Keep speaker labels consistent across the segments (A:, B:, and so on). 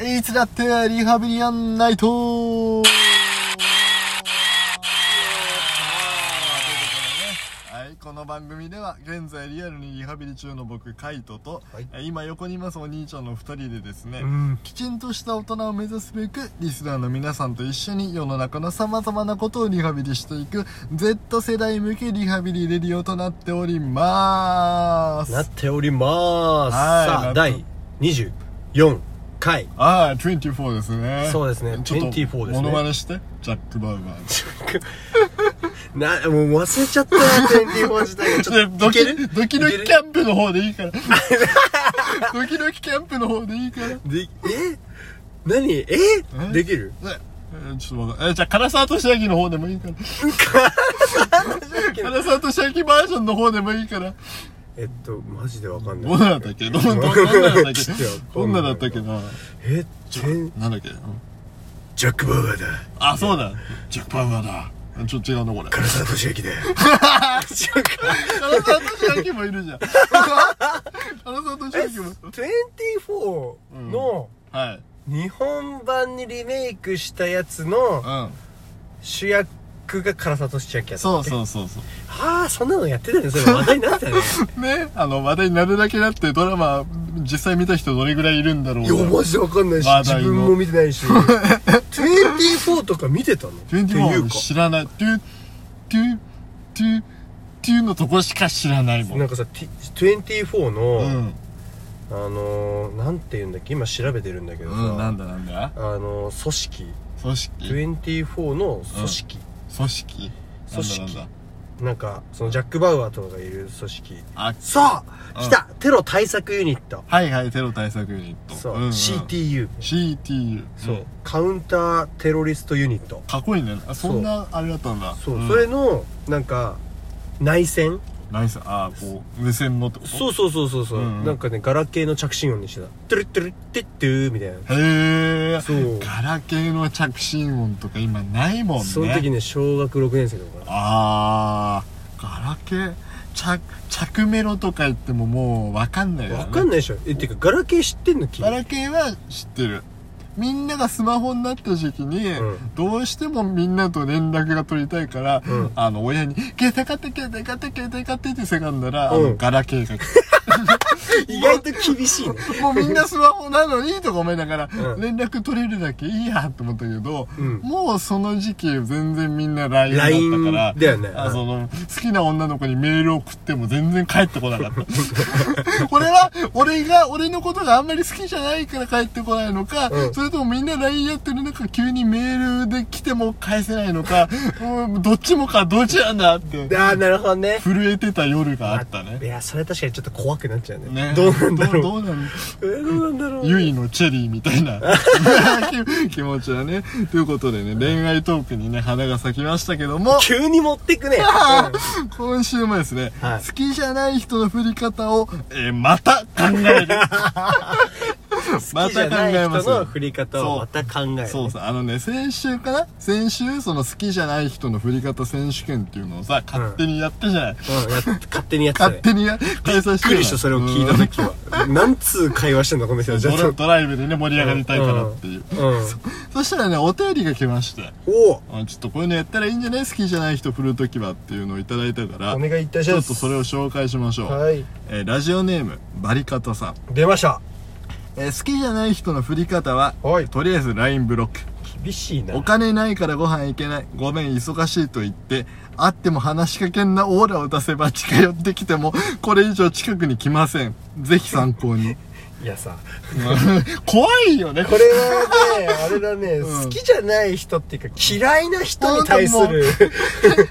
A: いつだってリハビリやんないとはい、この番組では現在リアルにリハビリ中の僕カイトと、
B: はい
A: え今横にいますお兄ちゃんの2人でですね、
B: うん
A: きちんとした大人を目指すべくリスナーの皆さんと一緒に世の中の様々なことをリハビリしていく Z 世代向けリハビリレディオとなっております
B: なっております
A: はい
B: さ
A: な
B: あ
A: っと
B: 第24回
A: ああ24ですね
B: そうですね
A: ちょっと
B: 24ですね
A: モノマネしてジャック・バウアー
B: なもう忘れちゃったよ24時代がちょっと
A: ド
B: いけ
A: キ
B: る
A: ドキドキキャンプの方でいいから ドキドキキャンプの方でいいから
B: でえ何え
A: え
B: できる
A: ねえーちょっとわかんないえーじゃあ、唐沢俊明の方でもいいから。唐沢俊明バージョンの方でもいいから。
B: えっとマジでわかん
A: どん
B: ない
A: なだったっけどん どんどんなだったっ
B: ちょっと
A: けど
B: わかんない
A: んなだったっけな
B: えジェン
A: なんだっけうん
B: ジャック・バウアーだ
A: あ、そうだ。ジャックパウアーだ。ちょっと違うな、こ れ。唐
B: 唐沢俊明 だジャック
A: 沢俊明もいるじゃん。唐沢俊明も。
B: 24の
A: はい。
B: 日本版にリメイクしたやつの
A: うん。
B: 主役が唐沢俊明やった
A: そう
B: う
A: そうそうそ
B: ああそんなのやってたねそれ話題になった ね
A: う。ね、あの、話題になるだけだってドラマ、実際見た人どれぐらいいるんだろう
B: いや
A: な。
B: マジでわかんないし
A: 話
B: 自
A: 題の
B: 分も見て ないし24とか見てたのってい
A: 24は
B: うか
A: 知らない。トゥ、トゥ、トゥ、トゥのとこしか知らないもん。
B: なんかさ T- 24の、
A: うん。
B: あのー、なんて言うんだっけ今調べてるんだけど
A: う
B: さ、
A: ん、なんだなんだ
B: あのー、組織
A: 組織。
B: 24の組織、
A: 組織。
B: 組織
A: なんだなんだ
B: なんかそのジャック・バウアーとかがいる組織
A: あ、
B: そう
A: うん
B: 来た、テロ対策ユニット
A: はいはい、テロ対策ユニット。
B: そう、
A: んん
B: CTU
A: CTU。
B: そう、
A: ん
B: カウンターテロリストユニット
A: かっこいいね。あそんな、あれだったんだ。
B: そう、
A: ん
B: それ。のなんか内戦
A: ナイス。あー、こう、無線のってこと
B: そうそうそうそうそう、
A: うんうん
B: なんかねガラケーの着信音にしてたトゥルットゥルッテッテューみたいな
A: へえ。
B: そう
A: ガラケーの着信音とか今ないもんね。
B: その時ね小学6年生とかかな
A: あー、ガラケー、着、着メロとか言ってももうわかんないよ、ね。
B: わかんないでしょえっていうかガラケー知ってんの君
A: ガラケーは知ってる。みんながスマホになった時期に、
B: うん
A: どうしてもみんなと連絡が取りたいから、
B: うん
A: あの、親に、携帯買って、携帯買って、携帯買ってってせがんだら、
B: うん
A: あの、ガラケーが来て
B: 意外と厳しいね
A: もうみんなスマホなのにとか思いながら、
B: うん
A: 連絡取れるだけいいやと思ったけど、
B: うん
A: もうその時期全然みんな LINE だったから、
B: LINE だよね
A: あその、好きな女の子にメール送っても全然帰ってこなかった。俺は、俺が、俺のことがあんまり好きじゃないから帰ってこないのか、
B: うん
A: それともみんな LINE やってる中、急にメールで来ても返せないのか、うんどっちもか、どっちなんだって、
B: ああなるほどね
A: 震えてた夜があった
B: い
A: ね。
B: やそれ確かにちょっと怖くなっちゃうね
A: ね
B: どうなんだろう
A: どうどうなん
B: えー どうなんだろう
A: ゆいのチェリーみたいな 気気持ちはね。ということでね、恋愛トークにね、花が咲きましたけども、
B: 急に持ってく ね
A: 今週もですね、
B: はい
A: 好きじゃない人の振り方を、えーまた考える。
B: 好
A: ま
B: きじゃ
A: た考
B: ない
A: え
B: 人
A: ます
B: の
A: よ。
B: 振り方をまた考えるね
A: そうさ、あのね、先週かな先週、その好きじゃない人の振り方選手権っていうのをさ、勝手にやったじゃない、
B: うん、やっ勝手にやってたね
A: 勝手にや、開催して
B: びっくりしたそれを聞いた
A: ね。
B: 時は何通会話してんだこの人はじゃあ
A: ドラドライブでね、盛り上がりたいからっていう。
B: うん
A: そしたらね、お便りが来まして。
B: おお
A: あちょっとこういうのやったらいいんじゃない好きじゃない人振るときはっていうのをいただいたから
B: お願いいたし
A: ちょ
B: ま
A: っ
B: す
A: とそれを紹介しましょう、
B: はい
A: えーラジオネームバリカタさん、
B: 出ました
A: えー好きじゃない人の振り方は
B: はい
A: とりあえず LINE ブロック
B: 厳しいな
A: お金ないからご飯行けないごめん忙しいと言って会っても話しかけんなオーラを出せば近寄ってきてもこれ以上近くに来ませんぜひ参考 に
B: いやさ
A: 怖いよね
B: これはねあれだね、
A: うん
B: 好きじゃない人っていうか嫌いな人に対する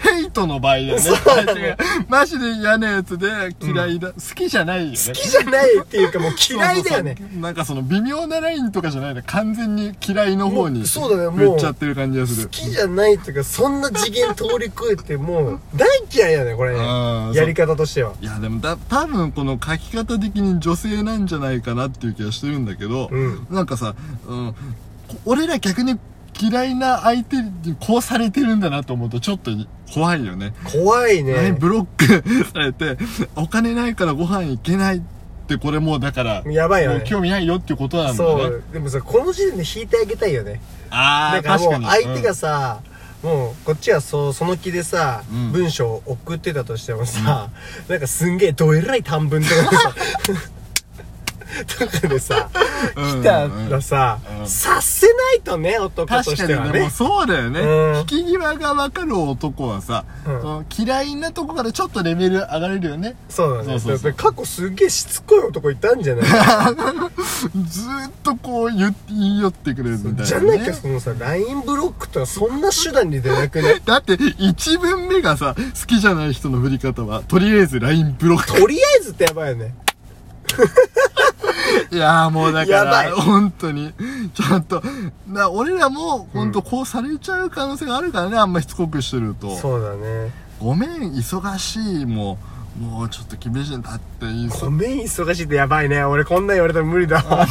A: ヘイトの場合だよね
B: そうだね
A: マジで嫌なやつで嫌いだ、好きじゃないよね
B: 好きじゃないっていうかもう嫌いだよね
A: そうそうそうなんかその微妙なラインとかじゃないね完全に嫌いの方
B: も
A: に
B: うそうだねもう
A: 振っちゃってる感じがする
B: 好きじゃないっていうかそんな次元通り越えてもう大嫌いだねこれ
A: あ
B: ね
A: ー
B: やり方としてはい
A: やでもだ多分この書き方的に女性なんじゃないかなっていう気がしてるんだけど、
B: うん
A: なんかさ、うん、こ俺ら逆に嫌いな相手にこうされてるんだなと思うとちょっと怖いよね
B: 怖い
A: はい
B: ね
A: ブロックされて、お金ないからご飯行けない。ってこれもうだから
B: やばいよ
A: もう
B: ね
A: 興味ないよっていうことなん
B: そ
A: だね
B: うでもさこの時点で引いてあげたいよね
A: あ
B: だ
A: あ
B: から
A: 確
B: も
A: か
B: う
A: に
B: 相手
A: う
B: が
A: ん
B: さ、もうこっちはそうその気でさ、
A: うん
B: 文章を送ってたとしてもさ、なんかすんげえどえらい短文とか さとかでさ、
A: うん
B: 来たらさ、
A: うん
B: 察せないとね男と
A: 確
B: し
A: か
B: て
A: に
B: は
A: でも
B: ね
A: そうだよね、
B: うん
A: 引き際が分かる男はさ、
B: うん
A: その嫌いなとこからちょっとレベル上がれるよね
B: そうなんだね
A: そうそうそう
B: だから過去すげえしつこい男いたんじゃない
A: ずーっとこう言って言い寄ってくれるみたいな、ね、
B: じゃなきゃそのさ LINE ブロックとかそんな手段に出な くね
A: だって一文目がさ好きじゃない人の振り方はとりあえず LINE ブロッ
B: とりあえずってやばいよね
A: クいやーもうだ
B: や
A: か
B: ばい
A: ら本当にちょっとな俺らも本当こうされちゃう可能性があるからねあんましつこくしてると
B: そうだね
A: ごめん忙しいもうもうちょっと厳しいんだっていい
B: ごめん忙しいってやばいね俺こんなん言われたら無理だ わ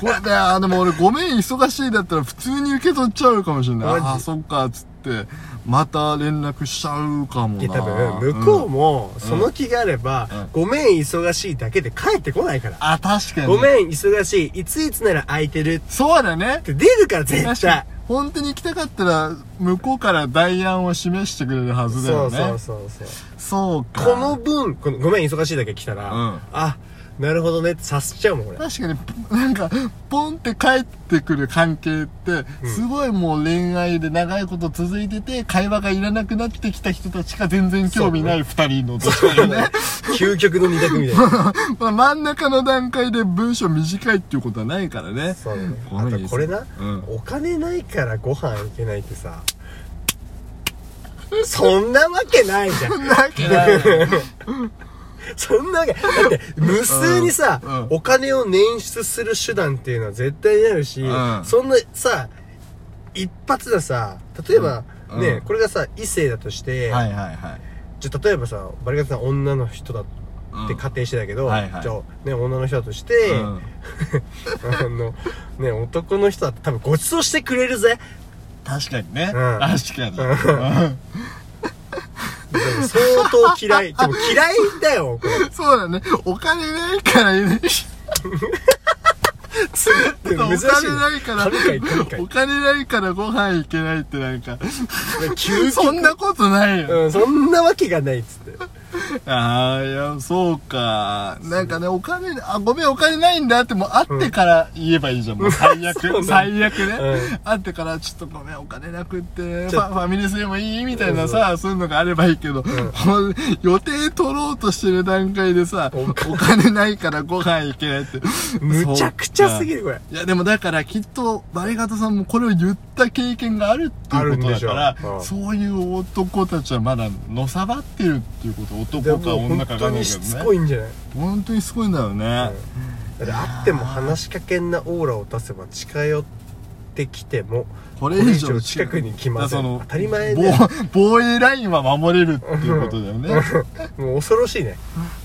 A: これね、あ、 でも俺ごめん忙しいだったら普通に受け取っちゃうかもしれない。
B: マジ
A: ああ、そっか、つって、また連絡しちゃうかも
B: いや
A: な。
B: 多分向こうもその気があれば、
A: うん
B: ごめん忙しいだけで帰ってこないから、
A: あ、確かに。
B: ご
A: ん。
B: めん忙しいいついつなら空いてるっ
A: そうだね。
B: て出るから絶
A: 確か
B: 対
A: に。本当に行きたかったら、向こうから代案を示してくれるはずだ
B: そ
A: よ
B: う
A: ね。
B: そうそうそう
A: そうか。
B: この分このごめん忙しいだけ来たら、
A: うん
B: あなるほどねって察しちゃうもん 俺
A: 確かに、なんか、ポンって帰ってくる関係って、すごいもう恋愛で長いこと続いてて、会話がいらなくなってきた人たちが全然興味ない二人のどっちかよね。
B: 究極の二択みたいな
A: まあ、真ん中の段階で文章短いっていうことはないからね
B: そうだね
A: ご
B: あ
A: めん
B: とこれな、
A: うん
B: お金ないからご飯行けないってさそんなわけないじゃんそんなわけ、だって、無数にさ、
A: うんうん
B: お金を捻出する手段っていうのは絶対にあるし、
A: うん
B: そんなさ、一発ださ、例えば、
A: うんう
B: ね
A: ん、
B: これがさ、異性だとして、
A: はいはいはい
B: じゃあ例えばさ、バリカツさん女の人だって仮定してたけど、
A: うんはいはい
B: じゃあ、ね、女の人だとして、
A: うん、
B: あの、ね、男の人だって多分ご馳走してくれるぜ。
A: 確かにね、
B: う
A: 確
B: ん
A: かに、
B: でも相当嫌 い。でも嫌いだよ、これ。
A: そうだねお金ないからね
B: つぶって
A: お金
B: 難しいね。
A: ないから
B: 神回神回
A: お金ないからご飯行けないってなんか
B: 究
A: そんなことないよ、
B: うん、そんなわけがないっつって。
A: ああいやそうかなんかねお金あごめんお金ないんだってもう会ってから言えばいいじゃん、もう最悪
B: そうなんだ
A: 最悪ね、
B: うん
A: 会ってからちょっとごめんお金なくってフ
B: ちょっ
A: ァファミレスでもいいみたいなさ、そういうのがあればいいけど、もう予定取ろうとしてる段階でさ
B: お
A: お金ないからご飯行けないって
B: むちゃくちゃすぎ
A: る
B: る、これ。
A: いやでもだからきっとバリガトさんもこれを言った経験があるっていうことだ
B: あ
A: か
B: るんでしょ
A: ら、
B: ううん
A: そういう男たちはまだのさばってるっていうこと
B: で
A: 男か
B: もう
A: 女
B: 本
A: かわか
B: 当
A: んないけ
B: にしつ
A: ど
B: こ
A: ね
B: いんじゃない、
A: 本当にすごいんだろうね、
B: だってあっても話しかけんなオーラを出せば近寄ってきても
A: これ
B: これ
A: 以
B: 以
A: 上
B: 上近くに来
A: だから
B: ませ
A: そ
B: ん
A: の
B: 当たり前
A: 防
B: で
A: 防衛ラインは守れるっていうことだよね
B: もう恐ろしいね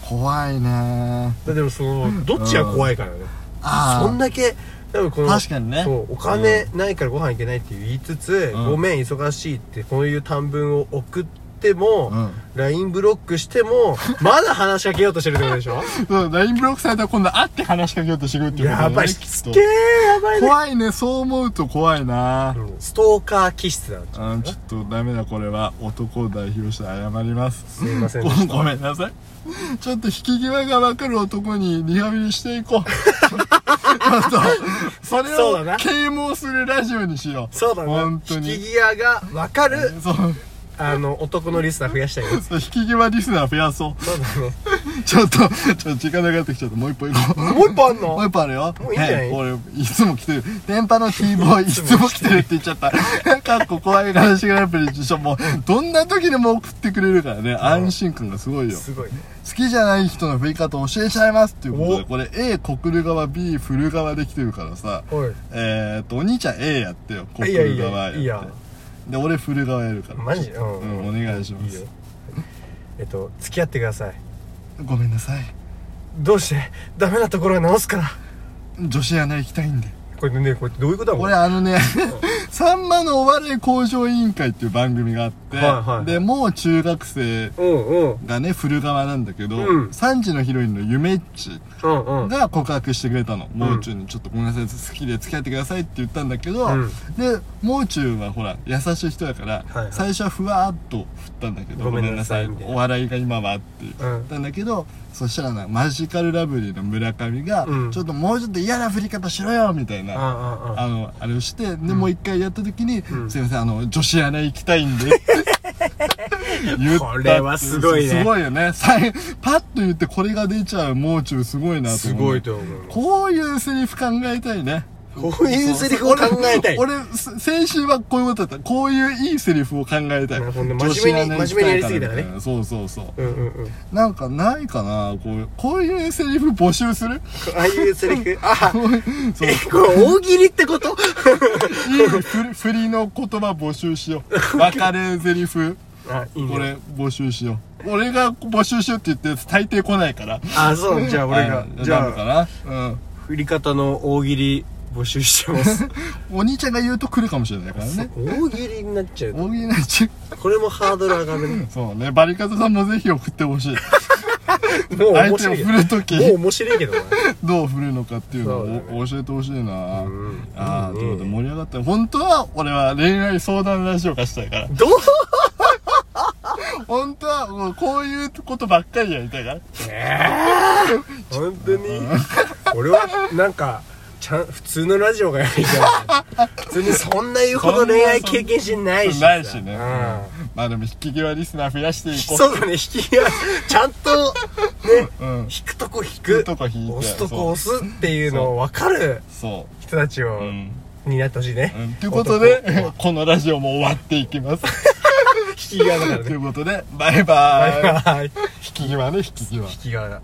A: 怖いね
B: だでもそのどっちが怖いからね
A: ああ
B: そんだけ多分この
A: 確かにね
B: そうお金ないからご飯行けないって言いつつ、
A: うん
B: ごめん忙しいってこういう短文を送っても、
A: うん
B: LINE ブロックしても まだ話しかけようとしてるってことでし ょ
A: そう LINE ブロックされたら今度会って話しかけようとしてくるっていうことだ
B: や
A: よね
B: ばい
A: き
B: し
A: っと
B: つけーやばいね
A: 怖いねそう思うと怖いな
B: うんストーカー気質だ
A: うんちょっとダメだこれは男を代表して謝ります
B: すいませんで
A: ご
B: し た
A: ごめんなさいちょっと引き際が分かる男にリハビリしてい こうちょっとそれ
B: そうだ
A: を
B: な
A: 啓蒙するラジオにしよう
B: そうだな。
A: 本
B: 引
A: 当
B: き
A: に
B: 際がわかる、
A: そう
B: あの、男のリスナー増やしたいです。
A: 引き際リスナー増やそ
B: そうだね。
A: う。ちょっと、ちょっと時間なくなってきちゃった。もう一本行こう。
B: もう一本あん
A: もう
B: の
A: 一本あるよ。
B: もういいんじゃない
A: ね俺、いつも来てる。電波の T ボーイ、いつも来てるって言っちゃった。 かっこ怖い話がやっぱり一緒。もう、どんな時でも送ってくれるからね。安心感がすごいよ。
B: すごいね。
A: 好きじゃない人の振り方教えちゃいますっていうことで、
B: お
A: これ A 告る側、B 振る側できてるからさ。
B: おい。
A: えーっと、お兄ちゃん A やってよ。告
B: いやい
A: る側やっ
B: や、
A: て。
B: いいや。
A: で、俺振る側やるから。
B: マジう
A: うん、お願いします
B: いいよ。えっと、付き合ってください。
A: ごめんなさい。
B: どうしてダメなところは直すから。
A: 女子アナ行きたいんで。
B: これね、これどういうことだもん。
A: 俺あのね、 さんまのお笑い向上委員会っていう番組があって、
B: はいはい
A: で、もう中学生
B: うんうん
A: がね、古川なんだけど、
B: うん
A: 3時のヒロインのゆめっち
B: うんうんうん
A: が告白してくれたの。もう中にちょっとごめんなさい、好きで付き合ってくださいって言ったんだけど、
B: うん
A: で、もう中はほら、優しい人だから、
B: はいはい
A: 最初はふわーっと振ったんだけど、
B: ごめんなさい
A: ごめん
B: みたいな
A: お笑いが今はっていう。なんだけどそしたらなマジカルラブリーの村上が、
B: うん
A: ちょっともうちょっと嫌な振り方しろよみたいな、
B: あああ
A: あのあれをしてで、もう一回やった時に、
B: ん
A: すいませんあの女子アナ行きたいんで言ったって
B: これはすごいね
A: すごいよねさいパッと言ってこれが出ちゃうもう中すごいなと思う
B: すごいと思う
A: こういうセリフ考えたいね
B: こういうセリフを考えたい
A: 俺俺せ先週はこういうことだったこういういいセリフを考えたい
B: なるほどね真面目に
A: 女子アナ行きい
B: 真面目にやりすぎたらね
A: みいなそうそうそう
B: うんうんうん
A: なんかないかなこうこういうセリフ募集する
B: ああいうセリ フあ
A: こういうそうい
B: えこれ大喜利ってこと
A: い 振り 振りの言葉募集しよ う別れセリフ
B: あいい
A: こ
B: ね
A: れ募集しよう俺が募集しようって言って大抵来ないから
B: あそうじゃあ俺が
A: はい
B: じ
A: なる
B: ゃあ
A: かなうん
B: 振り方の大喜利募集してます
A: お兄ちゃんが言うと来るかもしれないからね
B: 大喜利になっちゃう
A: 大喜利なっちゃ
B: これもハードル上がるね
A: うそうねバリカタさんもぜひ送ってほしい
B: もう
A: 相
B: 面
A: 手
B: 白
A: を
B: いけ
A: 振るとき
B: どもう面白いけど
A: どう振るのかっていうのを
B: そう
A: お教えてほしいな、
B: うん
A: ああ
B: いい
A: と
B: ね
A: いうことで盛り上がった本当は俺は恋愛相談ラジオがしたいから
B: どう
A: 本当はもうこういうことばっかりやりたいから
B: 本当に俺はなんかちゃん普通のラジオがやりたい普通にそんな言うほど恋愛経験してないしさ
A: ないしね、
B: うん
A: まあでも引き際リスナー増やしていこう
B: そうだね引きがちゃんとね
A: う、ん、
B: 引くとこ引
A: 引
B: く
A: くとこ引いて
B: 押すとこ押すっていうのを分かる
A: そ
B: 人たち
A: う、
B: を
A: うん
B: になってほしいね
A: うん、ということで このラジオも終わっていきます
B: 引きがだから
A: とい
B: ね
A: うことでバイバーイ
B: はい
A: 引き際ね引き際
B: 引きがだ